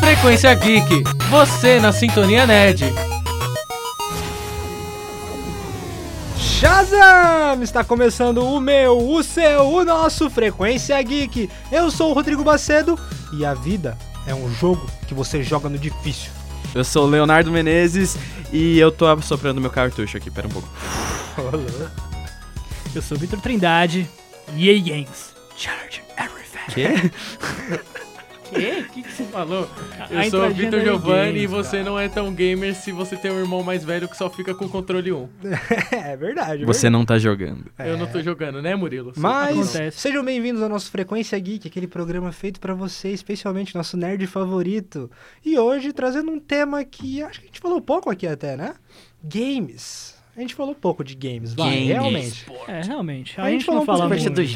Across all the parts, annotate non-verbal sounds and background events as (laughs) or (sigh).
Frequência Geek, você na Sintonia Nerd. Shazam! Está começando o meu, o seu, o nosso Frequência Geek. Eu sou o Rodrigo Macedo e a vida é um jogo que você joga no difícil. Eu sou o Leonardo Menezes e eu tô soprando meu cartucho aqui, pera um pouco. Eu sou o Vitor Trindade. Yay Yanks. Charge everything. Quê? O que, que você falou? Eu A sou o entradinha Vitor do Giovanni games, e você não é tão gamer se você tem um irmão mais velho que só fica com o controle 1. (laughs) é verdade. Você não tá jogando. Eu não tô jogando, né, Murilo? Mas Acontece. sejam bem-vindos ao nosso Frequência Geek, aquele programa feito pra você, especialmente nosso nerd favorito. E hoje trazendo um tema que acho que a gente falou pouco aqui até, né? Games. A gente falou pouco de games, vai, Games. realmente. É, realmente. A, A gente gente, falou não um pouco fala da muito. parte dos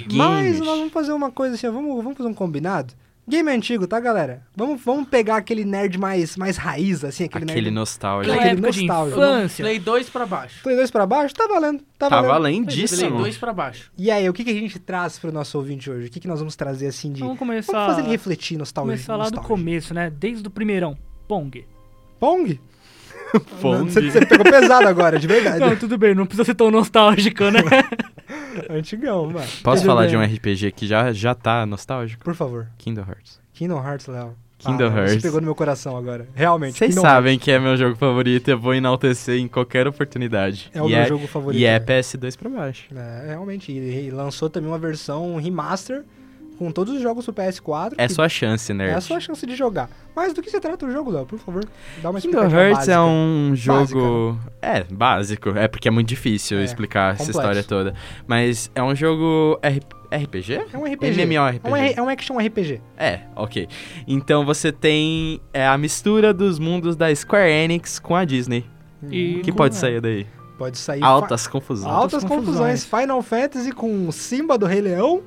Mas games. nós vamos fazer uma coisa assim, ó, vamos, vamos fazer um combinado. Game antigo, tá, galera? Vamos, vamos pegar aquele nerd mais, mais raiz, assim, aquele, Aquele nerd. nostálgico. Aquela Aquele época de nostálgico. infância. Play 2 pra baixo. Play 2 pra baixo? Tá valendo, tá, Tava valendo. Play lindíssimo. 2 pra baixo. E aí, o que, que a gente traz pro nosso ouvinte hoje? O que, que nós vamos trazer assim de. Vamos Vamos começar, fazer ele refletir nostalgia. começar lá do nostalgia. começo, né? Desde o primeirão. Pong. Pong? Pong. Você, você pegou pesado agora, de verdade. Não, tudo bem. Não precisa ser tão nostálgico, né? (laughs) Antigão, mano. Posso Tudo falar bem. de um RPG que já, já tá nostálgico? Por favor. Kingdom Hearts. Kingdom Hearts, Léo. Kingdom Léo, Você Hearts. pegou no meu coração agora. Realmente. Vocês Kingdom sabem que é meu jogo favorito e eu vou enaltecer em qualquer oportunidade. Hearts É o e meu é, jogo favorito. E é PS2 pra baixo. É, realmente. E, e lançou também uma versão um remaster com todos os jogos do PS4. É que sua chance, nerd. É a sua chance de jogar. Mas do que se trata o jogo, Léo? Por favor, dá uma Kingdom explicativa Hearts básica. é um jogo. É, básico. É porque é muito difícil É, explicar essa complexo. história toda. Mas é um jogo R- RPG? É um RPG. MMORPG. É um, R- é um action RPG. É, ok. Então você tem é, a mistura dos mundos da Square Enix com a Disney. (laughs) E O que com- pode sair daí? Pode sair... Altas Uhum. fa- confusões. Altas altas confusões. confusões. Final Fantasy com Simba do Rei Leão.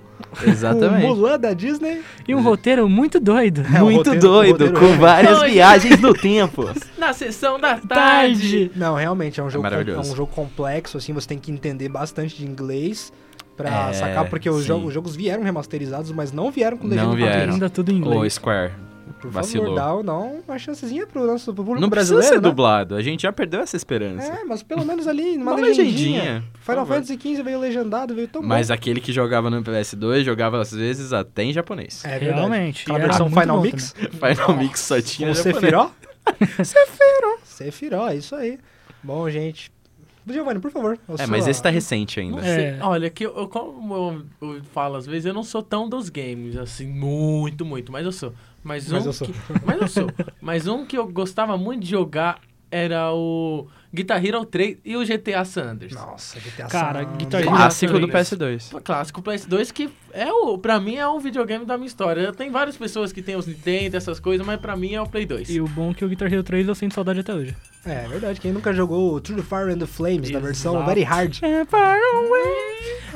Com (laughs) Exatamente. Mulan da Disney. E um roteiro (laughs) muito doido. É, o Muito roteiro- o doido, roteiro com é- várias Doido. (laughs) viagens no tempo. Na sessão da tarde. Tarde. Não, realmente, é um, jogo, com- é maravilhoso. um jogo complexo, assim, você tem que entender bastante de inglês pra É, sacar, porque os, sim. jogos- os jogos vieram remasterizados, mas não vieram com legenda Não vieram. portuguesa. Ainda tudo em inglês. Ô, Square. Por Vacilou. favor, dá ou não uma chancezinha pro nosso pro público Não precisa brasileiro, ser né? dublado. A gente já perdeu essa esperança. É, mas pelo menos ali, numa (laughs) Uma legendinha. legendinha, por Final favor. Fantasy XV veio legendado, veio tão Mas bom. aquele que jogava no PS2 jogava às vezes até em japonês. É verdade. Realmente. Aquela e era versão muito Final bom Mix, (laughs) Final Mix só tinha com japonês. (laughs) Sephiroth. Sephiroth. Sephiroth, isso aí. Bom, gente. Giovanni, por favor. a É, sua- mas esse tá recente Não Né? ainda. sei. É. Olha, que eu, eu- como eu, eu falo às vezes, eu não sou tão dos games, assim, muito, muito, mas eu sou. Mas, Mas um eu sou. Que, mas eu sou. Mas um que eu gostava muito de jogar era o Guitar Hero 3 e o GTA Sanders. Nossa, GTA Cara, tá San Guitar Andreas. Hero- Clássico do PS2. Clássico PS2, que é o, pra mim é o videogame da minha história. Tem várias pessoas que tem os Nintendo, essas coisas, mas pra mim é o Play 2. E o bom é que o Guitar Hero 3 eu sinto saudade até hoje. É é verdade, quem nunca jogou o Through the Fire and the Flames na versão Exato. Very Hard.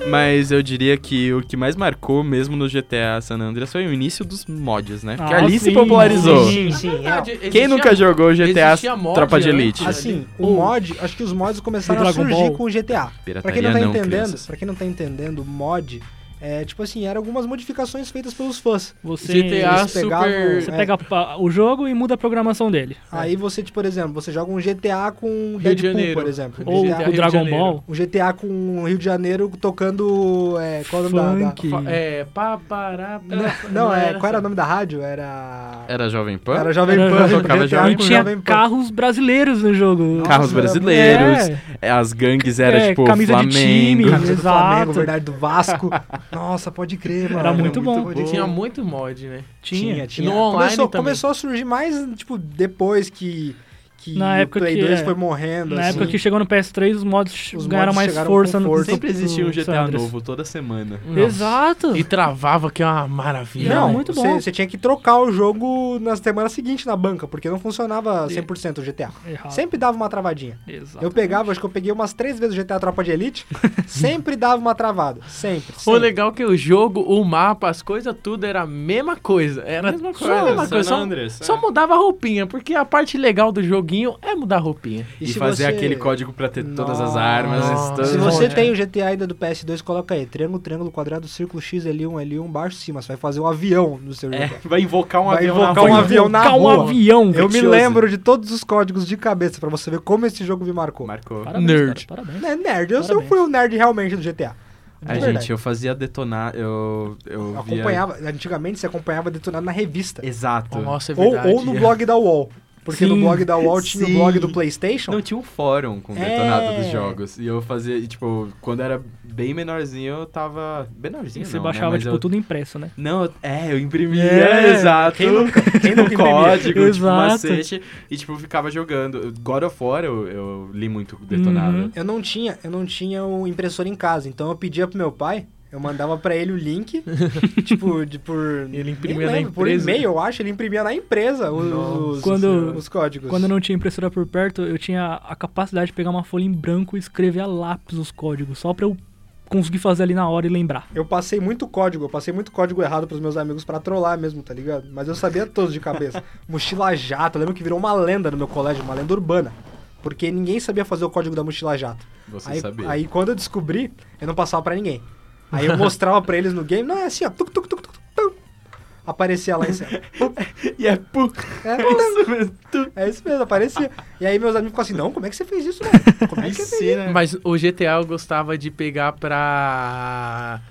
Mas eu diria que o que mais marcou mesmo no GTA San Andreas foi o início dos mods, né? Porque Ah, ali se sim, popularizou. sim. é. Verdade, Quem existia- nunca jogou GTA existia mod Tropa de antes, Elite? né? Assim, o Ou- mod, acho que os mods começaram Do a Dragon surgir Ball. com o GTA. Pra quem Pirataria não tá não, assim, entendendo, crianças. para quem não tá entendendo, mod é tipo assim, eram algumas modificações feitas pelos fãs. Você, GTA eles pegavam- Super... você é. pega pa- o jogo e muda a programação dele. Aí você, tipo, por exemplo, você joga um GTA com de Deadpool, Janeiro. por exemplo. Ou Ou GTA Rio o de Dragon Janeiro. Ball. Um GTA com Rio de Janeiro tocando. É, qual é o nome da- da. Funk. Fa- É, pá, pará, Não, não, é, qual era assim. o essa. nome da rádio? Era. Era Jovem Pan? Era Jovem Era Pan. Jovem GTA Pan. Jovem E com tinha Jovem Pan. carros brasileiros no jogo. Carros Nossa, era- brasileiros, É. é, as gangues era É, tipo camisa de Flamengo. time. Camisa do Flamengo, Exato. verdade do Vasco. Nossa, pode crer, mano. Era muito bom. Tinha muito mod, né? Tinha, Tinha. tinha. No online começou, também. começou a surgir mais, tipo, depois que, que Na o época Play que, 2 é, foi morrendo. Na assim. época que chegou no PS3, os mods Os ganharam mods mais chegaram força com no força. Sempre existia um no GTA Sanders. novo toda semana. Nossa. Exato. E travava, que é uma maravilha. Não, Era né? muito você, bom. você tinha que trocar o jogo na semana seguinte na banca, porque não funcionava 100% o GTA. Errado. Sempre dava uma travadinha. Exato. Eu pegava, acho que eu peguei umas três vezes o GTA Tropa de (laughs) Elite, sempre dava uma travada. Sempre. O sempre. legal é que o jogo, o mapa, as coisas, tudo era a mesma coisa. Era Mesma só a coisa, mesma San coisa. Só, um, Andreas, só é. mudava a roupinha, porque a parte legal do jogo joguinho é mudar a roupinha. E, se fazer você- aquele código pra ter todas as armas. Nossa. todas- Se Dois você monte. tem o GTA ainda do PS2, coloca aí triângulo, triângulo, quadrado, círculo, X, L1, L1, baixo, cima. Você vai fazer um avião no seu É, jogo. vai invocar um Vai avião invocar na um rua. avião na Cal um rua. avião. Eu me Curtioso. lembro de todos os códigos de cabeça pra você ver como esse jogo me marcou. Marcou. Parabéns, Nerd. cara, parabéns. É nerd, eu, eu Parabéns. fui um nerd realmente do GTA. A verdade. gente, eu fazia detonar, eu, eu via- Acompanhava, antigamente você acompanhava detonado na revista. Exato. Nossa, é Ou, verdade. ou no (laughs) blog da UOL. Porque no Sim, blog da UOL tinha sim. o blog do Playstation. Não tinha um fórum com É. detonado dos jogos. E eu fazia, e, tipo, quando era bem menorzinho, eu tava. Menorzinho, Você não, baixava, né? Mas tipo, eu- tudo impresso, né? Não, eu- é, eu imprimia, (laughs) É, exato. quem nunca- quem no nunca imprimia? código, tipo, Exato. macete. E, tipo, ficava jogando. God of War eu, eu li muito detonado. Uhum. Eu não tinha, eu não tinha um impressor em casa, então eu pedia pro meu pai, eu mandava pra ele o link, tipo, de por Ele nem imprimia na lembro, por empresa. e-mail, eu acho, ele imprimia na empresa os, Nossa os- Quando- os códigos. Quando eu não tinha impressora por perto, eu tinha a capacidade de pegar uma folha em branco e escrever a lápis os códigos, só pra eu conseguir fazer ali na hora e lembrar. Eu passei muito código, eu passei muito código errado pros meus amigos pra trollar mesmo, tá ligado? Mas eu sabia todos de cabeça. mochila jato, eu lembro que virou uma lenda no meu colégio, uma lenda urbana. Porque ninguém sabia fazer o código da mochila jato. Você aí, sabia. aí quando eu descobri, eu não passava pra ninguém. Aí eu mostrava pra eles no game, não, é assim, ó, tuc, tuc, tuc, tuc, tuc, aparecia lá em cima. (laughs) E é pu. É, (laughs) Isso mesmo. é isso mesmo, aparecia. E aí meus amigos ficam assim, não, como é que você fez isso, mano? Como é que você fez isso? Ensina. Mas o GTA eu gostava de pegar pra.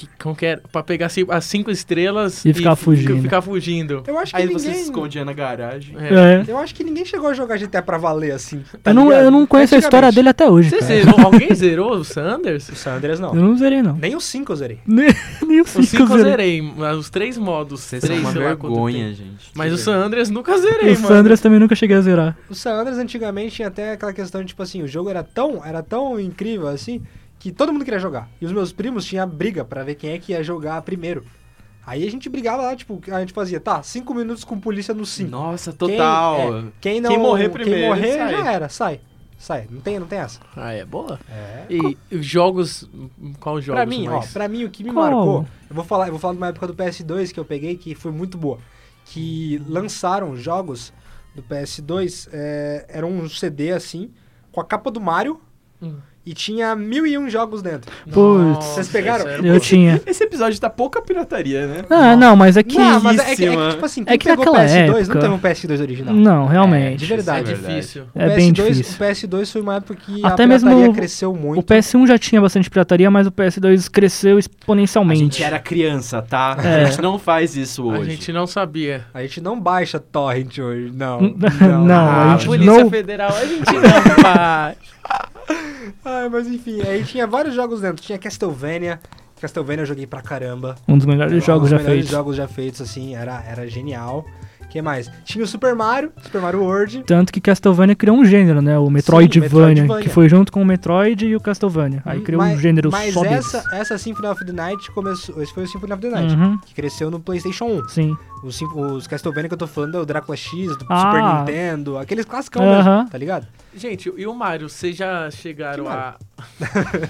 Que, como que era? Pra pegar ci- as cinco estrelas E ficar fugindo. Ficar fugindo. é?" Eu acho que Aí ninguém... você se escondia na garagem. É. Eu acho que ninguém chegou a jogar GTA pra valer, assim. tá eu, não, ligado? eu não conheço a história Antigamente. dele até hoje, Você cara. zerou- alguém zerou o (laughs) Sanders? O San Andreas não. Eu não zerei, não. (laughs) Nem o 5 eu zerei. Nem, nem o Os 5 cinco eu zerei. zerei, mas os três modos. Vocês são três, é uma sei lá quanto tem. vergonha, gente. Mas Que o San vergonha. Andreas nunca zerei, O mano. Sandras também nunca cheguei a zerar. O San Andreas antigamente tinha até aquela questão de, tipo assim, o jogo era tão, era tão incrível, assim, que todo mundo queria jogar. E os meus primos tinham briga pra ver quem é que ia jogar primeiro. Aí a gente brigava lá, tipo, a gente fazia, tá, 5 minutos com polícia no 5. Nossa, assim, Quem- total. é, Quem, não, Quem morrer primeiro, Quem morrer sai. já era, sai. Sai, não tem, não tem essa. Ah, é boa. É. E os jogos. Qual jogos? Pra mim, mais? ó, pra mim o que me Qual? marcou, eu vou falar, eu vou falar de uma época do PS2 que eu peguei que foi muito boa, que lançaram jogos do PS2, é, era um CD assim, com a capa do Mario Hum. e tinha mil e um jogos dentro. Putz. Vocês pegaram? essa era boa. Eu tinha. Esse episódio tá pouca pirataria, né? Ah, não, mas é que. não, mas é que, é mano. que tipo assim, quem que pegou o naquela PS2 época- não teve um PS2 original. Não, É, realmente. de verdade. É difícil. O É bem PS2 difícil. O PS2 foi uma época que a Até mesmo pirataria o- cresceu O muito. PS1 já tinha bastante pirataria, mas o PS2 cresceu A exponencialmente. gente era criança, tá? É. A gente não faz isso A hoje. gente não sabia. A gente não baixa torrent hoje, não. (laughs) (laughs) Não, Ah, a a gente Polícia não. Federal, a gente não faz. Ai, Ah, mas enfim, aí tinha vários jogos dentro. Tinha Castlevania. Castlevania eu joguei pra caramba. Um dos melhores jogos Os já melhores feitos. jogos já feitos, assim, era, era genial. que mais? Tinha o Super Mario, Super Mario World. Tanto que Castlevania criou um gênero, né? O Metroidvania, Metroidvania. Hum, que foi junto com o Metroid e o Castlevania. Aí criou um Mas- gênero Mas só essa, é essa Symphony of the Night começou. Esse foi o Symphony of the deles. Night. Uhum, Que cresceu no PlayStation 1. sim. Os, Sym- os Castlevania que eu tô falando é o Drácula X, do Ah. Super Nintendo, aqueles classicão Aham. mesmo, tá ligado? Gente, e o Mario, vocês já chegaram Que a.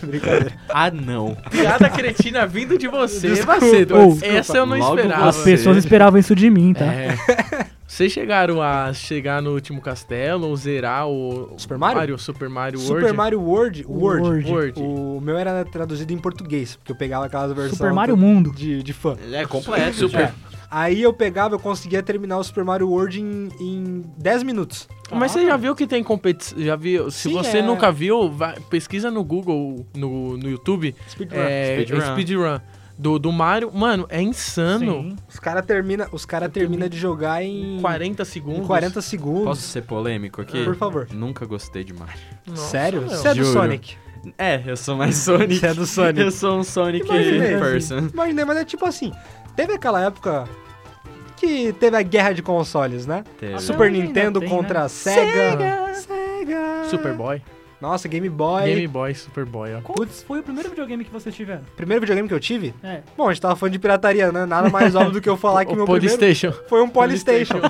Brincadeira. Ah, não. Piada cretina vindo de você, Desculpa, Macedo. desculpa. Essa eu não Logo esperava. As você. pessoas esperavam isso de mim, tá? Ah, É. Vocês chegaram a chegar no último castelo ou zerar o Super Mario? Super Mario World? Super Mario World, o World. World. World. O meu era traduzido em português, porque eu pegava aquelas versões Super Mario Mundo. de, de fã. É completo. Super. Aí eu pegava, eu conseguia terminar o Super Mario World em, em 10 minutos. Mas você já viu que tem competição? Já viu? Se Sim, você é. nunca viu, vai- pesquisa no Google, no, no YouTube, Speedrun. é, Speedrun. speedrun do, do Mario. Mano, é insano. Os caras termina, os cara termina de jogar em 40 em segundos. 40 segundos. Posso ser polêmico aqui? Por favor. Nunca gostei de Mario. Nossa, Sério? meu. Você é do Juro. Sonic. (laughs) É, eu sou mais Sonic. Você é do Sonic. Eu sou um Sonic Imaginei. person. Imaginei, mas é tipo assim, teve aquela época que teve a guerra de consoles, né? Teve. Super- Super ainda Nintendo tem, contra né? a Sega. Sega. Superboy. Nossa, Game Boy. Game Boy, Superboy, ó. Qual foi o primeiro videogame que vocês tiveram? Primeiro videogame que eu tive? É. Bom, a gente tava falando de pirataria, né? Nada mais óbvio do que eu falar (laughs) que o meu primeiro Polystation. foi um Polystation.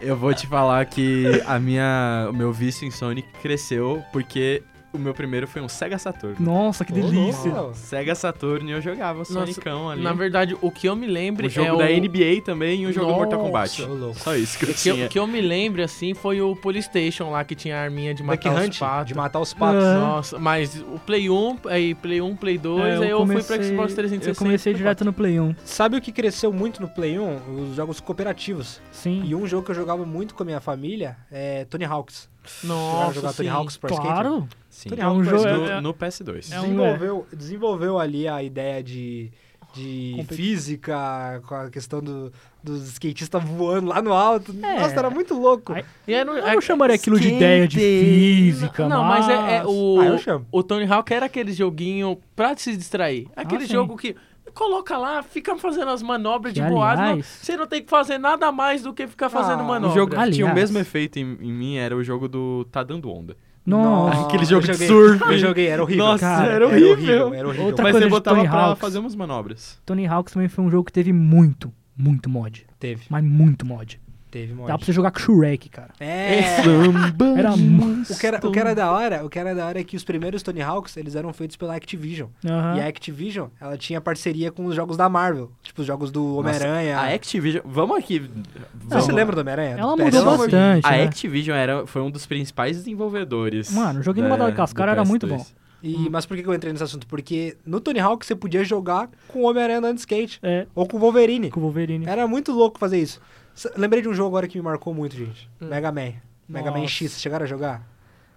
Eu vou te falar que a minha, o meu vício em Sonic cresceu porque O meu primeiro foi um Sega Saturn. Nossa, que Ô, delícia. louco. Sega Saturn e eu jogava Sonicão (laughs) ali. Na verdade, o que eu me lembro um jogo é o... da NBA também e um jogo do Mortal Nossa, Kombat. ô, louco. Só isso que eu O que, eu- tinha. o que eu me lembro, assim, foi o Polystation lá, que tinha a arminha de Duck matar Hunt, os patos. de matar os patos. Ah. Nossa, mas o Play 1, aí Play 1, Play 2, É, aí eu fui pro comecei- Xbox 360. Eu comecei direto no Play 1. Sabe o que cresceu muito no Play 1? Os jogos cooperativos. Sim. E um jogo que eu jogava muito com a minha família é Tony Hawks. Chegaram a Nossa, jogar sim. Tony Hawks Pro Skater? Claro. Sim. Tony É um Hawk Pro jogo- Skater. No, é- no PS2. é um- desenvolveu, desenvolveu ali a ideia de, de Competi- física, com a questão do, dos skatistas voando lá no alto. É. Nossa, era muito louco. Ai, E é era, Eu não chamaria aquilo de ideia de física, Ah, Não, mas é, é o, Ah, eu chamo. o Tony Hawk era aquele joguinho pra se distrair. Aquele sim. jogo que coloca lá, fica fazendo as manobras Que, de boas. não- aliás- Você não tem que fazer nada mais do que ficar fazendo Ah, um manobra. O jogo que tinha o Aliás. mesmo efeito em, em mim era o jogo do Tá Dando Onda. Nossa. Aquele jogo eu de joguei, surf. Eu joguei, era horrível. Nossa, cara, era Era horrível. horrível, era horrível. Outra Mas coisa você de botava Tony pra Hawks. fazer umas manobras. Tony Hawks também foi um jogo que teve muito, muito mod. Teve, Mas muito mod. teve mod. Dá pra você jogar com Shrek, cara. É. Era muito. O que, era, o que era da hora, o que era da hora é que os primeiros Tony Hawks, eles eram feitos pela Activision. Aham. E a Activision, ela tinha parceria com os jogos da Marvel, tipo os jogos do Homem-Aranha. É, A Activision. Vamos aqui. Você Vamos se lá. lembra do Homem-Aranha? Ela Do mudou PS1? bastante. A né? Activision era, foi um dos principais desenvolvedores. Mano, o jogo é da- Imortal Kombat, do cara, era muito PS2. bom. E, mas por que que eu entrei nesse assunto? Porque no Tony Hawk você podia jogar com o Homem-Aranha andando de skate. É, Ou com o Wolverine. com o Wolverine. Era muito louco fazer isso. S- Lembrei de um jogo agora que me marcou muito, gente. Hum. Mega Man. Mega Man Nossa. X, vocês chegaram a jogar?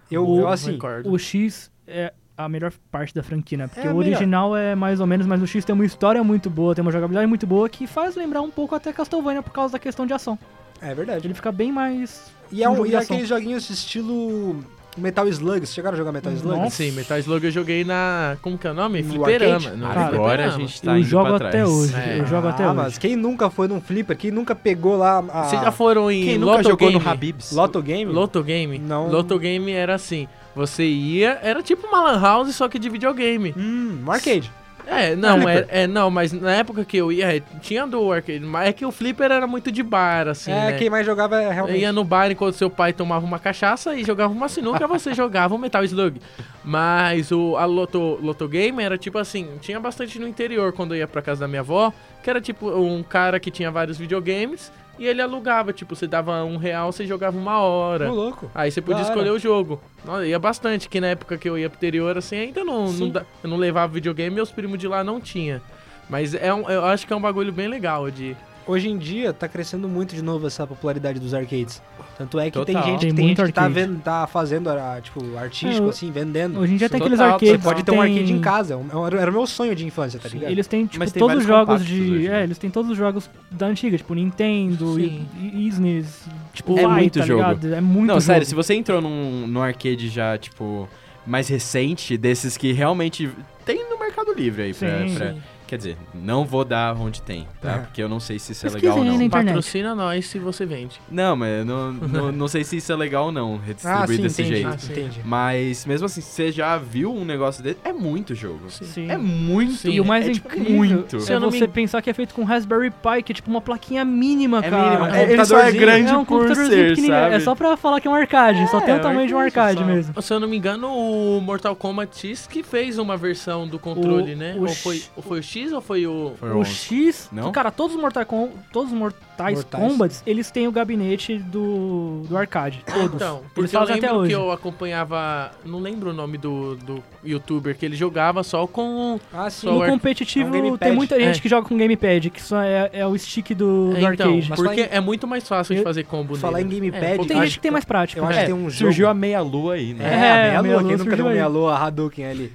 Eu, Não eu, assim, recordo. O X é a melhor parte da franquia, né? Porque É a o melhor. original é mais ou menos, mas o X tem uma história muito boa, tem uma jogabilidade muito boa que faz lembrar um pouco até Castlevania por causa da questão de ação. é verdade. Ele fica bem mais. E é, um, jogo e de é ação. aqueles joguinhos estilo Metal Slug. Vocês chegaram a jogar Metal Slug? Hum, Nossa. Sim, Metal Slug eu joguei na. Como que é o nome? No Fliperama. arcade? no Cara, Agora a fliperama. gente tá eu indo jogo pra até trás. hoje. É. Eu jogo até ah, hoje. mas quem nunca foi num flipper? Quem nunca pegou lá a... Vocês já foram em. tá- Quem nunca Lotto jogou Game? no Habibs? Lotto Game? Loto Game? Não. Loto Game era assim. Você ia, era tipo uma lan house, só que de videogame. Hum, um arcade. É, não, é, Flipper. é, não, mas na época que eu ia, é, tinha do arcade, mas é que o flipper era muito de bar, assim, é, né? quem mais jogava é Eu realmente... ia no bar enquanto seu pai tomava uma cachaça e jogava uma sinuca, você (laughs) jogava um Metal Slug. Mas o a Loto, Loto Game era tipo assim, tinha bastante no interior quando eu ia pra casa da minha avó, que era tipo um cara que tinha vários videogames e ele alugava, tipo, você dava um real, você jogava uma hora. Ô, louco. Aí você podia Da hora. escolher o jogo. Nossa, ia bastante, que na época que eu ia pro interior, assim, ainda não, não, Sim. da- eu não levava videogame, meus primos de lá não tinha. Mas é um, eu acho que é um bagulho bem legal de... Hoje em dia tá crescendo muito de novo essa popularidade dos arcades. Tanto é que tem Total. gente, Tem tem gente muito que tá, arcade. vendo, tá fazendo, ah, tipo, artístico, É, o- assim, vendendo. Hoje em dia tem aqueles Total, arcades. Você pode ter um tem- arcade em casa. é um- Era era o meu sonho de infância, tá Sim, ligado? Eles têm, tipo, Mas tem todos os vários jogos compactos de. hoje, né? É, eles têm todos os jogos da antiga, tipo Nintendo, e, Sim. e, e SNES, tipo, É Wii, muito tá jogo. ligado? É muito Não, jogo. sério, se você entrou num, num arcade já, tipo, mais recente, desses que realmente tem no Mercado Livre aí. Pra, Sim. pra- quer dizer, não vou dar onde tem, tá? É. Porque eu não sei se isso é Pesquisa legal ou aí na não. internet. Patrocina nós se você vende. Não, mas eu não, não, não sei se isso é legal ou não, Ah, redistribuir sim, desse entendi, jeito. Ah, sim. entendi. Mas mesmo assim, você já viu um negócio desse? É muito jogo. Sim. É muito. Sim. E o mais é, tipo, incrível muito. é Se eu não me você pensar que é feito com Raspberry Pi, que é tipo uma plaquinha mínima, É cara. mínimo. É, o ele só computador é é grande É um por computadorzinho ser, pequenininho. sabe? É só pra falar que é um arcade, só É, tem é o um tamanho de um arcade arcade só. mesmo. Se eu não me engano, o Mortal Kombat X que fez uma versão do controle, O- né? o ou, X- foi, ou foi o X ou foi o. Foi O um- X, Não? que, cara, todos os Mortal, Com- todos os Mortais, Mortais. Kombats, eles têm o gabinete do, do arcade. Todos. Então, eles porque eu fazem lembro até hoje. que eu acompanhava. Não lembro o nome do, do youtuber que ele jogava só com. Ah, sim. Só o No ar- competitivo é um gamepad. tem muita gente É. que joga com gamepad, que só é, é o stick do, do então, arcade. mas porque falar é muito mais fácil de Eu- fazer combo Falar em nele. É, gamepad, porque Tem eu gente acho- que tem mais prática. eu acho né? que tem um jogo... Surgiu a meia-lua aí, É, né? É, a meia-lua. meia-lua Quem nunca surgiu deu um aí. meia-lua, Hadouken ali.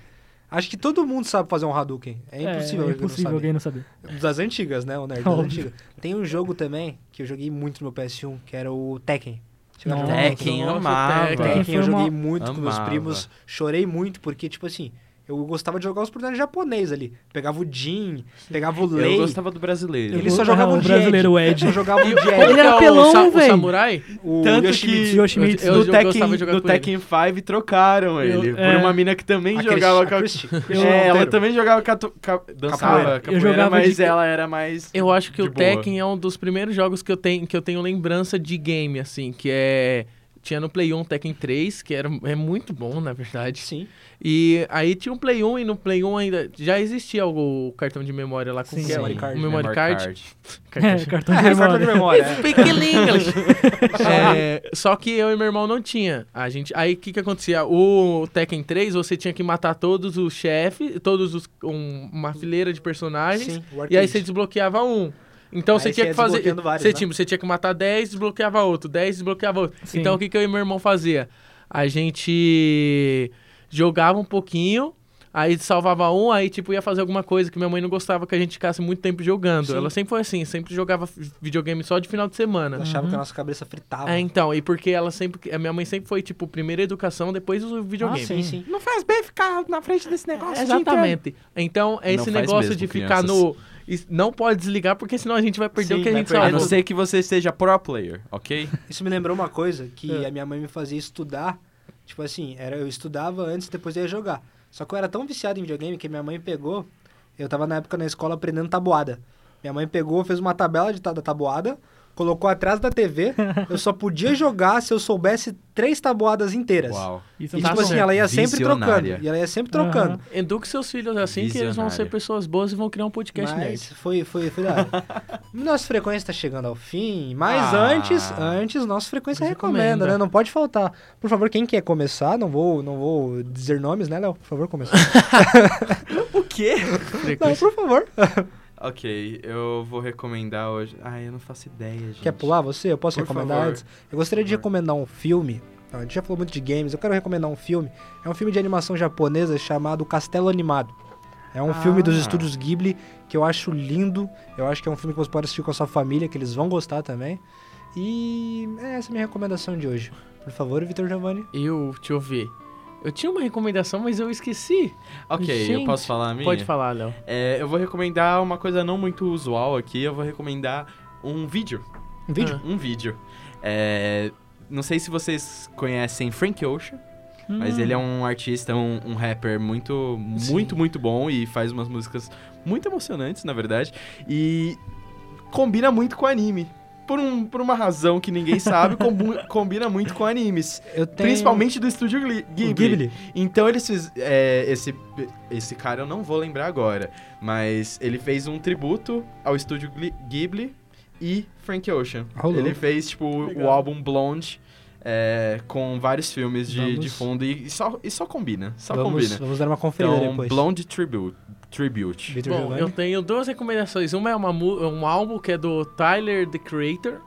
Acho que todo mundo sabe fazer um Hadouken. É impossível, é, alguém não impossível saber. alguém não saber. Das antigas, né? O Nerd das Óbvio. antigas. Tem um jogo também que eu joguei muito no meu PS1, que era o Tekken. Chegaram a Nossa. jogar Tekken, eu Nossa, É, amava. Tekken. Tekken eu Foi uma- joguei muito com meus Amava. primos, chorei muito, porque, tipo assim, eu gostava de jogar os personagens japonês ali. Pegava o Jin, pegava o Eu Lei. gostava do brasileiro. Ele só Ah, jogava o o de Ed. brasileiro, o Ed. Ele só jogava o (laughs) de Ele Ed. era Qual que é o pelão, sa- o velho. samurai? O Tanto Yoshimitsu. que Yoshimitsu. Eu- no eu gostava Tekken, de jogar no com ele. Tekken 5 trocaram ele Eu- por é. uma mina que também A Cris- jogava a com a- Cristi- Cristi É, ela Monteiro. também jogava catu... ca... dançava Capoeira. capoeira, Eu jogava mas de- ela era mais Eu acho que De o boa. Tekken é um dos primeiros jogos que eu tenho, que eu tenho lembrança de game, assim, que é. Tinha no Play 1 Tekken 3, que era, é muito bom, na verdade. Sim. E aí tinha um Play 1 e no Play 1 ainda já existia o, o cartão de memória lá com Sim, que é? memory card. O memory, card. Então, É, (laughs) Cartão cartão de É, cartão de memória. memória. de- Speak in (laughs) English. É, só que eu e meu irmão não tinha. A gente, aí o que que acontecia? O Tekken 3, você tinha que matar todos os chefes, todos os um- uma fileira de personagens. Sim, o E aí arcade. você desbloqueava um. Então Aí você você tinha ia que fazer. desbloqueando vários, você, né? tinha- você tinha que matar 10, desbloqueava outro, 10, desbloqueava outro. Sim. Então o que, que eu e meu irmão fazia? A gente jogava um pouquinho, aí salvava um, aí tipo ia fazer alguma coisa que minha mãe não gostava que a gente ficasse muito tempo jogando. Sim. Ela sempre foi assim, sempre jogava f- videogame só de final de semana. Achava Uhum. que a nossa cabeça fritava. Ah, É, então, e porque ela sempre. A minha mãe sempre foi, tipo, primeiro a educação, depois o videogame. Ah, sim, sim. Não faz bem ficar na frente desse negócio. Exatamente. Então, é Não esse faz negócio mesmo, de ficar no. is- Não pode desligar, porque senão a gente vai perder Sim, o que a vai gente perder. A sabe. não ser que você seja pro player, (laughs) ok? Isso me lembrou uma coisa que É. a minha mãe me fazia estudar. Tipo assim, era, eu estudava antes, depois eu ia jogar. Só que eu era tão viciado em videogame que minha mãe pegou. Eu tava na época na escola aprendendo tabuada. Minha mãe pegou, fez uma tabela de ta- da tabuada, colocou atrás da (laughs) TV. eu só podia jogar se eu soubesse três tabuadas inteiras. Uau. Isso E Tá tipo assim, certo. ela ia sempre trocando. Visionária. E ela ia sempre trocando. Eduque seus filhos assim, que eles vão ser Visionário. pessoas boas e vão criar um podcast Mas (laughs) nerd. foi, foi, foi da hora. (laughs) Nossa frequência tá chegando ao fim, mas Ah. antes, antes, nossa frequência Mas recomenda, recomenda. né? Não pode faltar. Por favor, quem quer começar, não vou, não vou dizer nomes, né, Léo? Por favor, (laughs) começar. O quê? não, por favor. Ok, eu vou recomendar hoje. Ai, eu não faço ideia, gente. Quer pular você? Eu posso Por recomendar favor. antes? Eu gostaria de Por favor. recomendar um filme. Não, a gente já falou muito de games, eu quero recomendar um filme. É um filme de animação japonesa chamado Castelo Animado. É um filme dos Ah. estúdios Ghibli que eu acho lindo. Eu acho que é um filme que você pode assistir com a sua família, que eles vão gostar também. E é essa a minha recomendação de hoje. Por favor, Vitor Giovanni. Eu, deixa eu ver. Eu tinha uma recomendação, mas eu esqueci. Ok, Gente, eu posso falar a minha? Pode falar, Léo. É, eu vou recomendar uma coisa não muito usual aqui. Eu vou recomendar um vídeo. Um vídeo? Um vídeo. É, não sei se vocês conhecem Frank Ocean. Mas ele é um artista, um, um rapper muito, muito, muito bom e faz umas músicas muito emocionantes, na verdade. E combina muito com anime. Por, um, por uma razão que ninguém sabe, combu- (laughs) combina muito com animes. Eu tenho... Principalmente do estúdio Gli- o Ghibli. Ghibli. Então eles fiz, é, esse esse cara eu não vou lembrar agora, mas ele fez um tributo ao estúdio Gli- Ghibli e Frank Ocean. Rolou. Ele fez tipo Legal. o álbum Blonde é, com vários filmes de, Vamos. de fundo e, e só e só combina, só Vamos, combina. vamos dar uma conferida Então depois. Blonde Tribute, Tribute. Vitor Bom, Giovanni. eu tenho duas recomendações. Uma é uma mu- um álbum que é do Tyler, The Creator.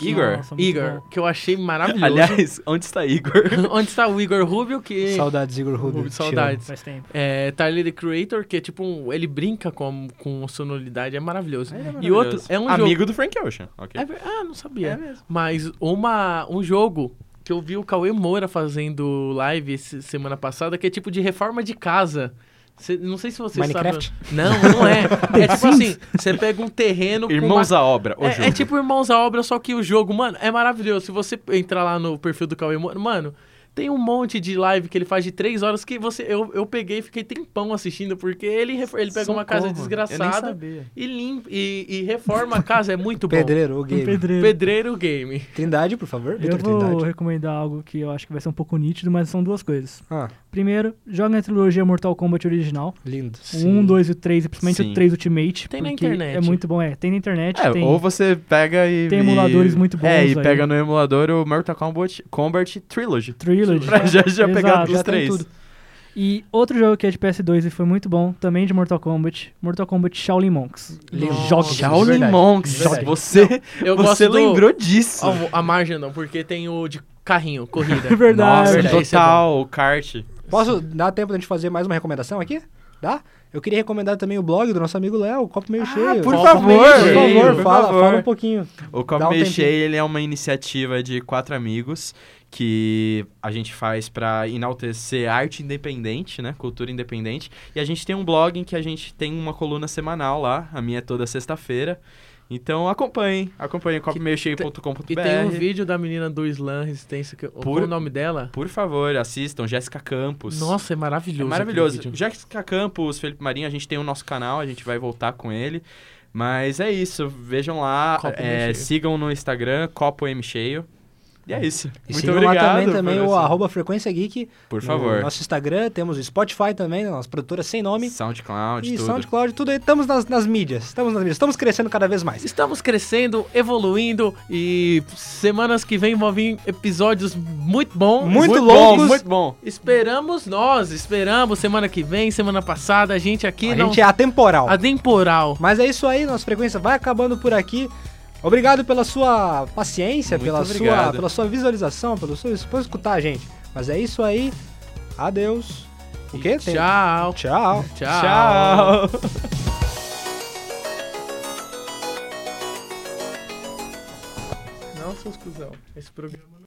Igor. Igor, que eu achei maravilhoso. Aliás, (laughs) onde está Igor? (laughs) Onde está o Igor Rubio, que... Saudades, Igor Rubio. Rubio, Te amo. saudades. Faz tempo. É, Tyler, The Creator, que é tipo um... Ele brinca com, com sonoridade, é maravilhoso. Maravilhoso. E outro, é um jogo... amigo do Frank Ocean, ok? É ver- ah, não sabia. É mesmo. Mas uma, um jogo que eu vi o Cauê Moura fazendo live esse- semana passada, que é tipo de reforma de casa. Cê- não sei se vocês Minecraft? sabem. Não, não (laughs) é. é tipo assim, você pega um terreno... com Irmãos à obra, o é, jogo. é tipo Irmãos à Obra, só que o jogo, mano, é maravilhoso. Se você entrar lá no perfil do Cauê Moura, mano, tem um monte de live que ele faz de três horas que você eu, eu peguei e fiquei tempão assistindo, porque ele, refor- ele pega uma casa Socorro, Eu nem desgraçada sabia. e limpa e, e reforma a casa. É muito bom. Pedreiro, o Um game. pedreiro. Pedreiro Game. Trindade, por favor. Eu Vitor vou Trindade. recomendar algo que eu acho que vai ser um pouco nítido, mas são duas coisas. Ah, Primeiro, joga a trilogia Mortal Kombat original. lindo. O 1, 2 e o 3, e principalmente Sim. o 3 Ultimate. Tem na porque internet. É muito bom, é. Tem na internet, É, tem... ou você pega e. tem e- emuladores muito É, bons e aí. pega no emulador o Mortal Kombat, Kombat Trilogy. Trilogy. Pra já, já Exato, pegar já os tem três. tudo. E outro jogo que é de PS2 e foi muito bom, também de Mortal Kombat, Mortal Kombat Shaolin Monks. Nossa. é Jogue. Shaolin Verdade, Monks, verdade. você, Eu você gosto lembrou disso. do... Ó, A margem não, porque tem o de carrinho, (laughs) corrida. Verdade. Nossa, verdade, esse é total, o kart. Posso dar tempo da gente fazer mais uma recomendação aqui? Dá? Eu queria recomendar também o blog do nosso amigo Léo, Copo Meio Cheio. Ah, por Copo favor, Meio por Cheio, por favor, favor. fala, fala um pouquinho. O Dá um Comic um tempinho. ele é uma iniciativa de quatro amigos que a gente faz pra enaltecer arte independente, né? Cultura independente. E a gente tem um blog em que a gente tem uma coluna semanal lá. A minha é toda sexta-feira. Então acompanhem, acompanhem copmeiocheio.com.br. E tem um vídeo da menina do Slam Resistência, que, qual o nome dela? Por favor, assistam Jéssica Campos. Nossa, é É maravilhoso. maravilhoso. aquele vídeo. Jéssica Campos, Felipe Marinho, a gente tem o nosso canal, a gente vai voltar com ele. Mas é isso, vejam lá, Copo é, M cheio. sigam no Instagram, Copo M Cheio. E é isso. E Muito sigam obrigado. lá também, por também o essa- arroba Frequência Geek. Por no favor. Nosso Instagram, temos o Spotify também, né, nossa produtora sem nome. SoundCloud, e tudo. SoundCloud, tudo aí. Estamos nas, nas mídias. Estamos nas mídias. Estamos crescendo cada vez mais. Estamos crescendo, evoluindo e semanas que vem vão vir episódios muito bons. Muito Muito bom, loucos. muito bom. Esperamos nós, esperamos semana que vem, semana passada, a gente aqui a não gente é atemporal. atemporal. Mas é isso aí, nossa frequência vai acabando por aqui. Obrigado pela sua paciência, Muito pela sua, obrigado. pela sua visualização, pelo seu por escutar a gente. Mas é isso aí. Adeus. O quê? Tem- Tchau. Tchau. Tchau. Tchau. Não, seus cuzão. Esse programa não.